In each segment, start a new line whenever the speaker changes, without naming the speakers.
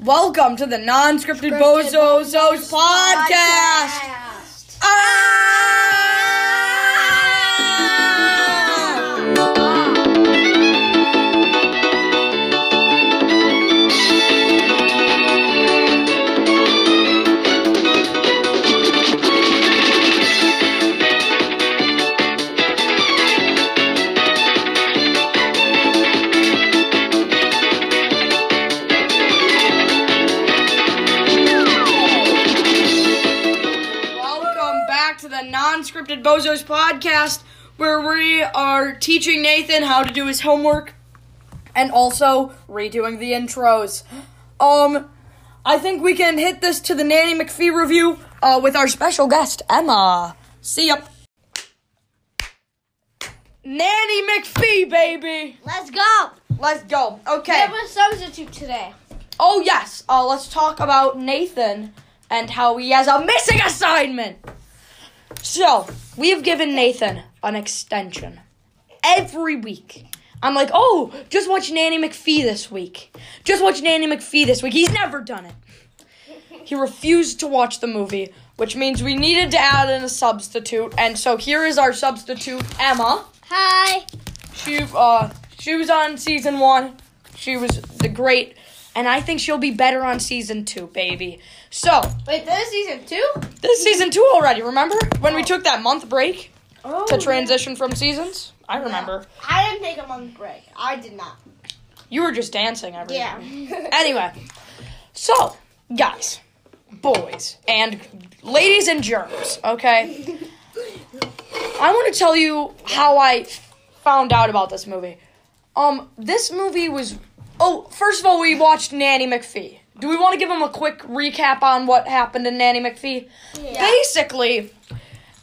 Welcome to the non-scripted Bozozos podcast. Ah! Welcome back to the non-scripted Bozos podcast, where we are teaching Nathan how to do his homework and also redoing the intros. Um, I think we can hit this to the Nanny McPhee review uh, with our special guest Emma. See ya. Nanny McPhee, baby.
Let's go.
Let's go. Okay.
We have a substitute today.
Oh yes, uh, let's talk about Nathan and how he has a missing assignment. So we have given Nathan an extension every week. I'm like, oh, just watch Nanny McPhee this week. Just watch Nanny McPhee this week. He's never done it. He refused to watch the movie, which means we needed to add in a substitute. And so here is our substitute, Emma.
Hi.
She uh she was on season one. She was the great, and I think she'll be better on season two, baby. So
Wait, this is season two?
this is season two already. Remember when we took that month break
Oh.
to transition from seasons? I remember.
I didn't take a month break. I did not.
You were just dancing every.
Yeah.
Anyway, so guys, boys, and ladies and germs. Okay. I want to tell you how I found out about this movie. Um, this movie was. Oh, first of all, we watched Nanny McPhee. Do we want to give him a quick recap on what happened in Nanny McPhee? Basically,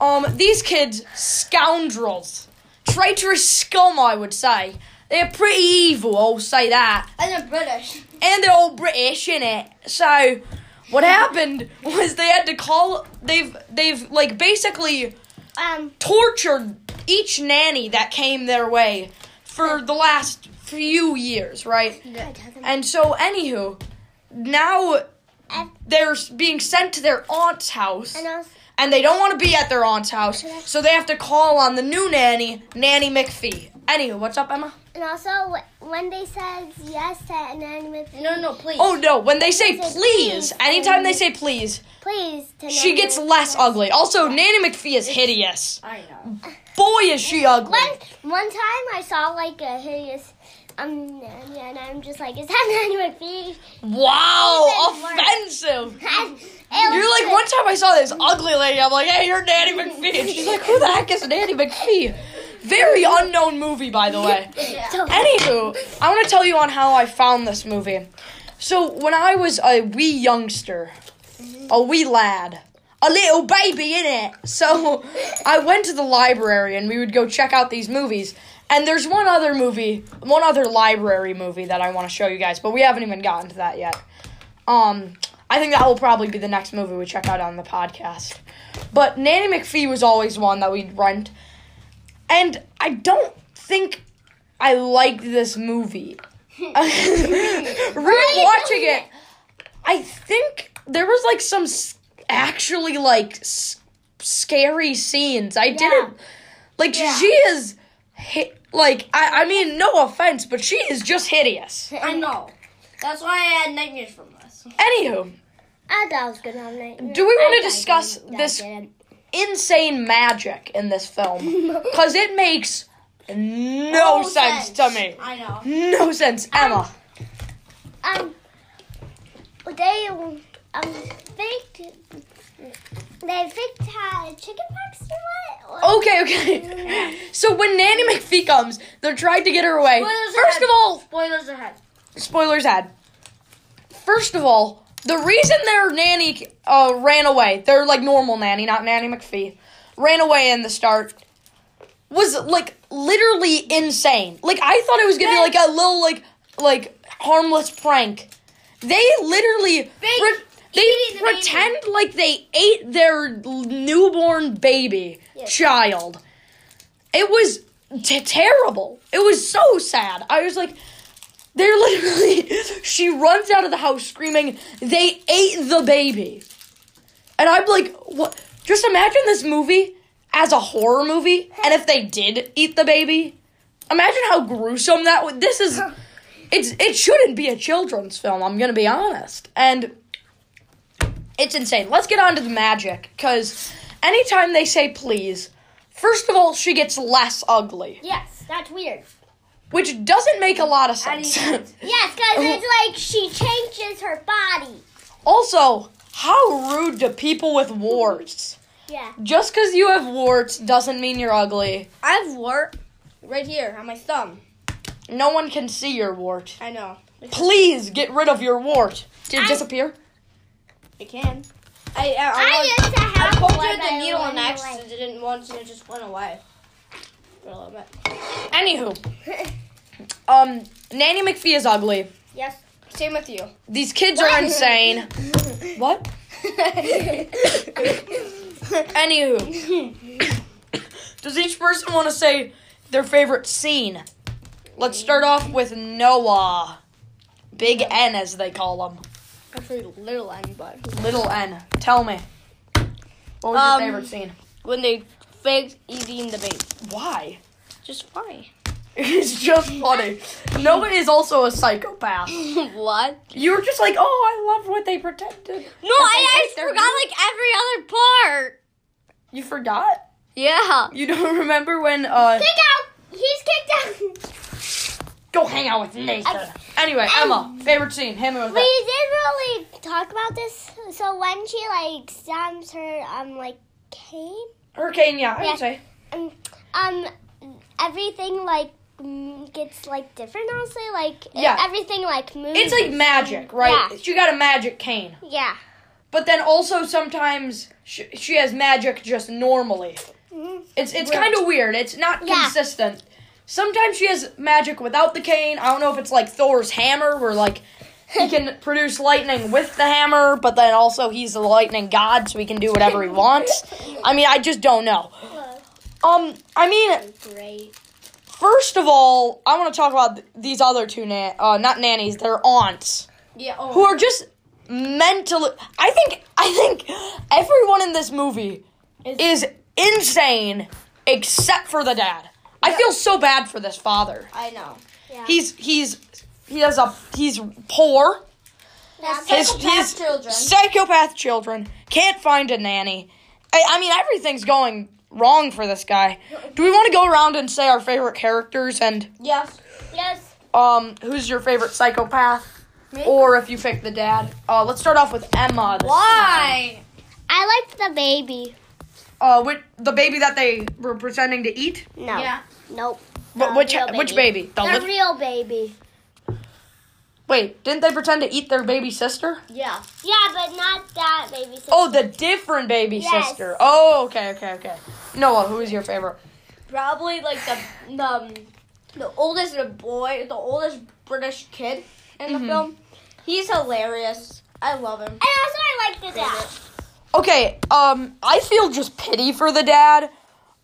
um, these kids, scoundrels, traitorous scum, I would say. They're pretty evil, I'll say that
and the British.
and they're all British in it. So what happened was they had to call they've they've like basically
Um.
tortured each nanny that came their way for the last few years, right? And so anywho, now they're s- being sent to their aunt's house
uh,
and they don't want to be at their aunt's house, so they have to call on the new nanny, Nanny McPhee. Anywho, what's up, Emma?
And also, wh- when they says yes to an enemy,
No, no, please.
Oh no, when they say
They
please,
say, "Please,"
anytime
and-
they say please,
please. To
She
Nanny
gets
McPhee.
less ugly. Also, Nanny McPhee is hideous.
I know.
Boy, is she ugly.
One one time, I saw like a hideous um nanny, and I'm just like, is that Nanny McPhee?
Wow,
Even worse.
offensive.
And it
You're
was
like, one time I saw this ugly lady. I'm like, hey, you're Nanny McPhee. And she's like, who the heck is Nanny McPhee? Very unknown movie, by the way.
So,
Anywho, I want to tell you on how I found this movie. So, when I was a wee youngster, a wee lad, a little baby in it. So, I went to the library and we would go check out these movies. And there's one other movie, one other library movie that I want to show you guys, but we haven't even gotten to that yet. Um, I think that will probably be the next movie we check out on the podcast. But Nanny McPhee was always one that we'd rent. And I don't think I like this movie. Rewatching it, I think there was like some s- actually like s- scary scenes. I didn't like she is hi- like I I mean no offense, but she is just hideous.
I know. That's why I had nightmares from this.
Anywho,
I thought I was gonna have night.
do we want to discuss this insane magic in this film? Because it makes no sense to me.
I know.
No sense, Emma.
Um, they um faked. They faked had chicken pox or what? Or-
Okay, okay. So when Nanny McPhee comes, they're trying to get her away.
Spoilers
First
ahead.
of all,
Spoilers ahead.
spoilers ad. First of all, the reason their nanny uh, ran away, their like normal nanny, not Nanny McPhee, ran away in the start was like literally insane. Like I thought it was gonna be like a little like like harmless prank. They literally
They
pre- they
eating the baby.
pretend like they ate their l- newborn baby child. It was t- terrible. It was so sad. I was like, They're literally. She runs out of the house screaming, "They ate the baby!" And I'm like, "What?" Just imagine this movie as a horror movie, and if they did eat the baby, imagine how gruesome that would. This is. It's it shouldn't be a children's film. I'm gonna be honest, and it's insane. Let's get on to the magic, because anytime they say please, first of all, she gets less ugly,
Yes, that's weird.
which doesn't make a lot of sense.
Yes, because it's like she changes her body.
also, how rude to people with warts.
Yeah.
Just because you have warts doesn't mean you're ugly.
I have wart right here on my thumb.
No one can see your wart.
I know.
Please get rid of your wart. Did it
I-
disappear?
It can. I I,
I
I,
used to
I
have
poked
one,
her with
but
the
it
needle
went
and
away.
accident didn't once and it just went away. For a little bit.
Anywho, um, Nanny McPhee is ugly.
Yes. Same with you.
These kids are insane. What? Anywho, does each person want to say their favorite scene? Let's start off with Noah. Big N, as they call him.
Actually, little end, but
Little N. Tell me. What was
Um,
your favorite scene?
when they faked eating the baby,
Why?
just why?
It's just funny. Noah is also a psychopath.
what?
You were just like, oh, I love what they pretended.
No, I,
ate
I
their
forgot like every other part.
You forgot?
Yeah.
You don't remember when, uh,
Kick out! He's kicked out!
go hang out with Nathan. Anyway, Emma, favorite scene. Hit me with
We
that.
didn't really talk about this. So when she like stabs her um like cane,
Hurricane, yeah, I
Yeah.
would say.
um, um everything like mm, gets like different. Honestly, like e,
Yeah.
everything like moves.
It's like magic, right?
Yeah.
She got a magic cane.
yeah.
But then also sometimes she, she has magic just normally.
Mhm.
It's it's kind of weird. It's not
Yeah.
consistent. Sometimes she has magic without the cane. I don't know if it's like Thor's hammer where like he can produce lightning with the hammer, but then also he's the lightning god so he can do whatever he wants. I mean, I just don't know. Um, I mean,
Great.
first of all, I want to talk about th- these other two nan uh not nannies, they're aunts
Yeah. Oh.
who are just mentally I think I think everyone in this movie is insane except for the dad. I feel so bad for this father.
I know.
Yeah.
He's he's he has a he's poor.
That's-
His
Psychopath
his
children.
psychopath children can't find a nanny. I, I mean everything's going wrong for this guy. Do we want to go around and say our favorite characters and
Yes.
yes.
um who's your favorite psychopath?
Me?
Or if you pick the dad. Uh, let's start off with Emma. this
Why?
I liked the baby.
Uh, with the baby that they were pretending to eat.
No.
Yeah.
Nope.
Wh-
The
which
real
which baby? Oh, The
The
lit-
real baby.
wait, didn't they pretend to eat their baby sister?
Yeah.
Yeah, but not that baby. So
Oh, the different baby
Yes.
sister. Oh, okay, okay, okay. Noah, who is your favorite?
Probably like the the, um, the oldest boy, the oldest British kid in the
Mhm.
film. He's hilarious. I love him.
And also, I liked the dad.
Okay, um, I feel just pity for the dad.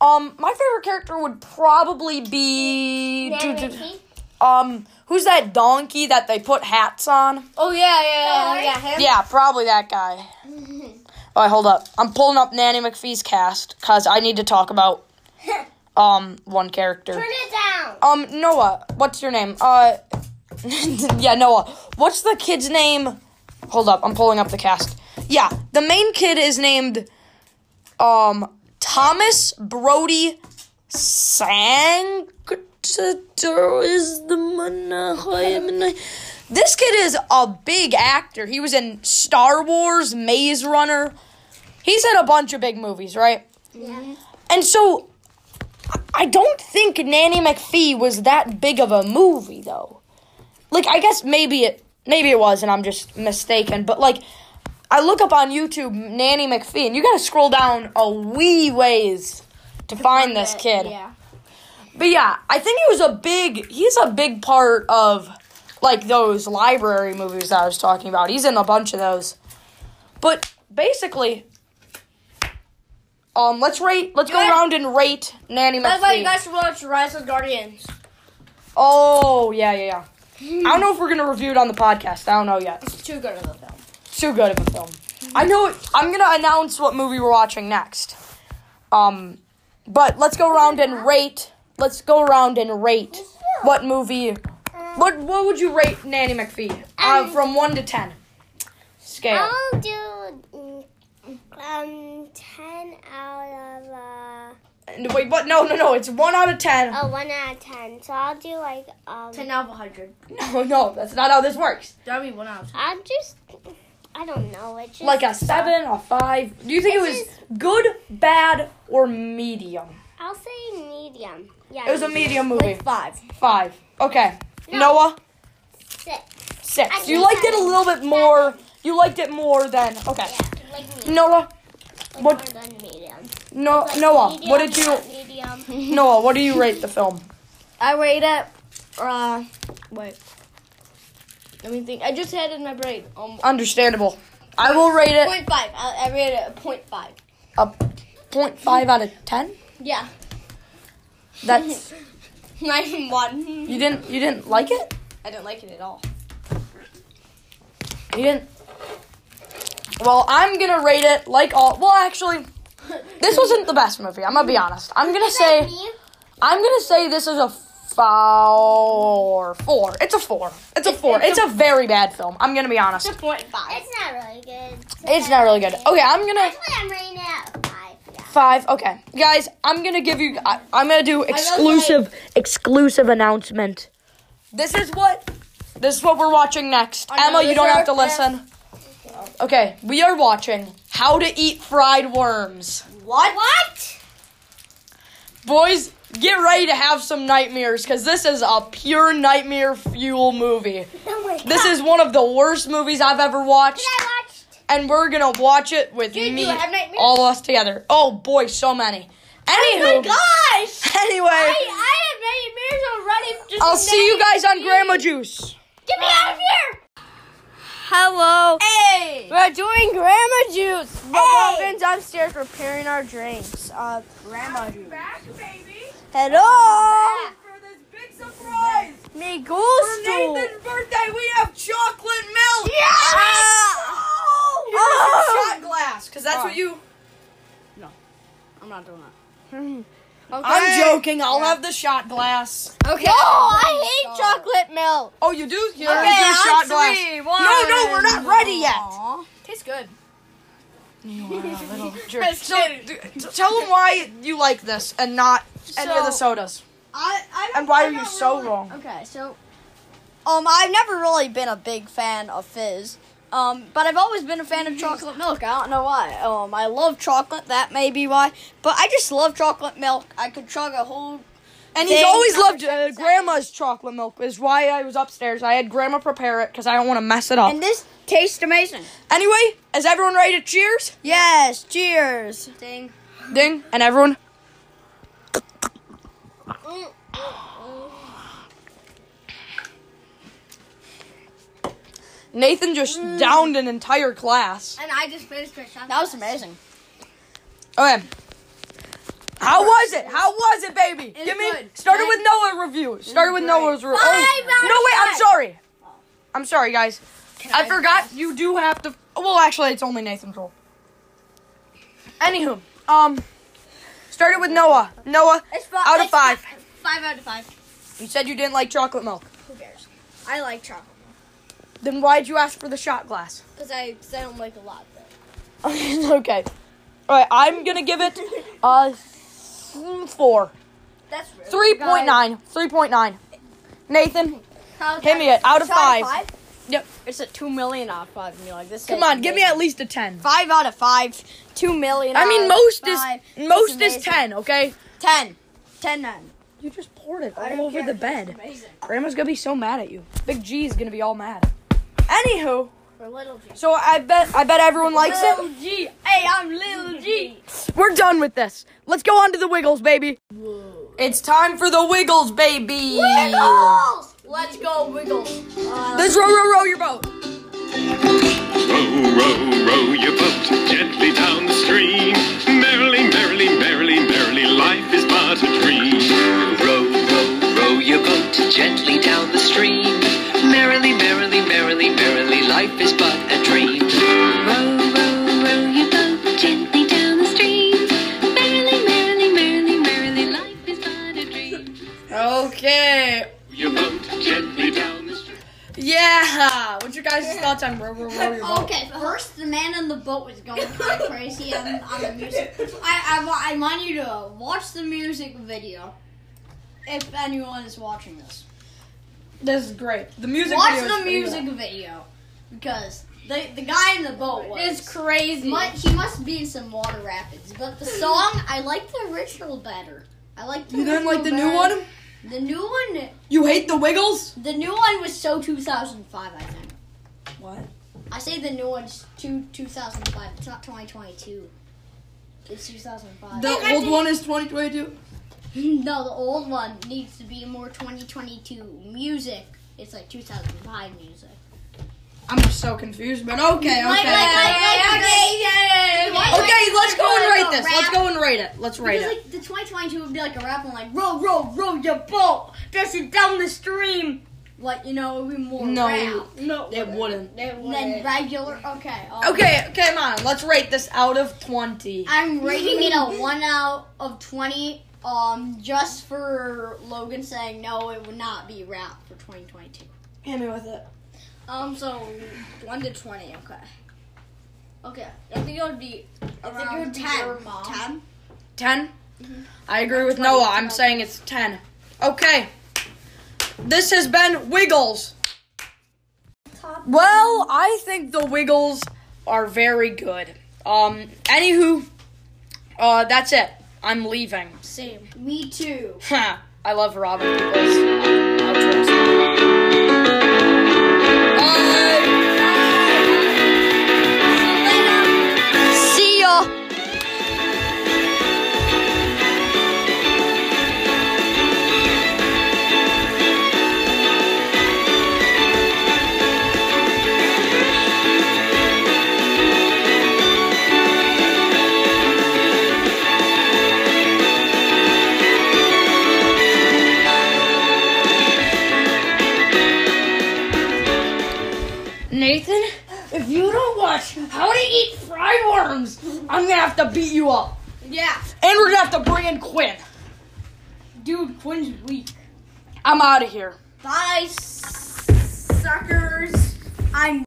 Um, my favorite character would probably be um, who's that donkey that they put hats on?
Oh yeah, yeah, yeah,
Sorry?
yeah. Him.
Yeah, probably that guy. All right, hold up. I'm pulling up Nanny McPhee's cast because I need to talk about um one character.
Turn it down.
Um, Noah, what's your name? Uh, yeah, Noah. What's the kid's name? Hold up, I'm pulling up the cast. Yeah, the main kid is named um Thomas Brody Sanctor is the man. This kid is a big actor. He was in Star Wars, Maze Runner. He's in a bunch of big movies, right? And so I don't think Nanny McPhee was that big of a movie though. Like I guess maybe it maybe it was and I'm just mistaken, but like I look up on YouTube Nanny McPhee and you got to scroll down a wee ways to find this kid.
Yeah.
But yeah, I think he was a big he's a big part of like those library movies that I was talking about. He's in a bunch of those. But basically um let's rate let's go
Yeah.
around and rate Nanny McPhee.
That's why you guys should watch Rise of Guardians.
Oh yeah, yeah, yeah. I don't know if we're gonna review it on the podcast. I don't know yet.
It's too good of a film.
Too good of a film. I know. it- I'm gonna announce what movie we're watching next. Um, but let's go around and rate. Let's go around and rate what movie. What What would you rate Nanny McPhee uh,
Um,
from one to ten scale?
I'll do mm, um ten out of uh
And Wait, what? No, no, no. It's one out of ten.
oh one out of ten. So I'll do like um
10 out of 100.
No, no, that's not how this works.
That'd be 1 out of
I'll just I don't know. It's just
Like a seven, a five. Do you think it was
This
good, bad, or medium?
I'll say medium. Yeah.
It was a medium movie.
5.
Five. Okay.
Um, No.
Noah,
Six.
six.
I
You
think
liked it a
I-
little bit more. You liked it more than okay.
Yeah, like me.
Noah,
Like
what-
more than medium.
no,
Like
Noah.
medium,
What did you?
not Medium.
Noah, what do you rate the film?
I rate it, uh, wait. Let me think. I just had it in my brain. Um,
Understandable. I will rate it
point 0.5. I, I rate it a point 0.5.
a point five out of ten.
Yeah.
That's
Not even 1.
you didn't you didn't like it.
I didn't like it at all.
You didn't. Well, I'm gonna rate it like all. Well, actually, this wasn't the best movie. I'm gonna be honest. I'm gonna say
Me?
I'm gonna say this is a four. Four. It's a four. It's a four. It's a very bad film. I'm gonna be honest.
It's a point 0.5.
It's not really good.
It's not really good. Okay, I'm gonna
Actually, I'm rating it out of five. Yeah.
five. Okay, guys, I'm gonna give you. I, I'm gonna do exclusive exclusive announcement. This is what. This is what we're watching next.
I know
Emma, you
this
don't
is
have to
our best-
listen. Okay, we are watching How to Eat Fried Worms.
What? What?
Boys, get ready to have some nightmares because this is a pure nightmare fuel movie.
Oh my
This is one of the worst movies I've ever watched,
I watched.
and we're gonna watch it with
Dude,
me,
you have nightmares?
all us together. Oh boy, so many. Anywho,
Oh Gosh!
anyway,
I have nightmares already. Just
I'll see you guys on Grandma Juice.
Get me out of here!
Hello.
Hey!
We're doing grandma juice. But Robin's upstairs preparing our drinks. Uh,
Grandma Juice.
hello.
for this big surprise!
Me
For
gusto.
Nathan's birthday, we have chocolate milk! Yeah!
Ah!
Oh.
Shot glass, because that's what you.
I'm not doing that.
I'm joking. I'll have the shot glass.
Okay. No, I hate chocolate milk.
Oh, you do? Here,
Okay,
here's your
on
shot glass.
three,
No, no, we're not ready yet.
Tastes good.
Jerk. So, d- t- tell them why you like this and not any of the
So-
sodas.
I, I
And why are you so wrong?
Okay, so um, I've never really been a big fan of fizz. Um, but I've always been a fan of chocolate milk. I don't know why. Um, I love chocolate. That may be why. But I just love chocolate milk. I could chug a whole.
And he's
Dang.
always loved uh, grandma's chocolate milk. Is why I was upstairs. I had grandma prepare it because I don't want to mess it up.
And this tastes amazing.
anyway, is everyone ready to cheers?
Yes. Cheers. Ding.
Ding, and everyone. Nathan just downed an entire class.
And I just finished my shot.
That was amazing.
Okay. How was it? How was it, baby?
It's
Give me.
good.
Started with Noah review. Started with
great.
Noah's review. Oh, no, wait. I'm sorry. I'm sorry, guys. I, forgot you do have to. Well, actually, it's only Nathan's role. Anywho, um, started with Noah. Noah,
It's fi-
out of
it's
five.
fi- Five out of five.
You said you didn't like chocolate milk.
Who cares? I like chocolate
Then why'd you ask for the shot glass?
because I, cause I don't like a lot. Though.
okay. All right, I'm gonna give it uh four.
That's rude.
Three point nine. Three point nine. Nathan,
How's
give me it out of five. Yep.
It's a two million out of five. And you're like this.
Come
tastes
on, give me
amazing.
at least a ten.
five out of five. Two million.
I mean, most is
is
most is ten. Okay.
Ten. Ten nine.
You just poured it all over the bed. Grandma's gonna be so mad at you. Big G is gonna be all mad. Anywho,
For little G.
so I bet I bet everyone likes it.
G. Hey, I'm little G.
We're done with this. Let's go on to the Wiggles, baby. It's time for the Wiggles, baby.
Let's go wiggle.
Let's row, row, row your boat.
Row, row, row your boat gently down the stream. Merrily, merrily, merrily, merrily, life is but a dream.
Row, row, row your boat gently down the stream. life is but a dream.
Row, row, row your boat gently down the stream. Merrily, merrily, merrily, merrily, life is but a dream.
Okay.
Your boat gently down the stream.
Yeah. What's your guys' thoughts on row, row, row your boat?
Okay, first the man in the boat was going kind of crazy on, on the music. I, I, wa- I want you to watch the music video. If anyone is watching this,
This is great. The music.
watch
video is
the
pretty
music video because the the guy in the boat was
crazy.
mu- he must be in some water rapids. But the song, I like the original better. I like the
good. You didn't like
original
the new
better.
one?
The new one,
You hate the Wiggles?
the new one was so 2005, I think.
What?
I say the new one's two 2005. It's not 2022. It's 2005.
The old one is 2022.
no, the old one needs to be more 2022 music. It's like 2005 music.
I'm so confused, but okay,
Like, like,
okay.
like, like, like, like,
Okay, let's go and rate
like a
this. Let's
rap.
go and rate it. Let's rate
Because
it.
like the 2022 would be like a rap one, like row, row, row your boat, dash it down the stream. Like you know, it would be more
No,
rap
no, it wouldn't.
than regular. Okay. um,
Okay, okay, come on. Let's rate this out of 20.
I'm rating it a one out of twenty. Um, just for Logan saying no, it would not be wrapped for 2022.
Hit me with it.
Um, so one to twenty. Okay. Okay, I think it would be around ten.
10?
Ten. Mm-hmm.
I agree with Noah. I'm saying it's 10. Okay. This has been Wiggles. Well, I think the Wiggles are very good. Um, anywho, uh, that's it. I'm leaving.
Same. Me too.
Ha! I love Robin Wiggles. Outros. Bye. See ya. Nathan, if you don't watch How to Eat Fry Worms, I'm gonna have to beat you up.
Yeah,
And we're gonna have to bring in Quinn.
dude, Quinn's weak.
I'm out of here.
Bye, s- suckers. I'm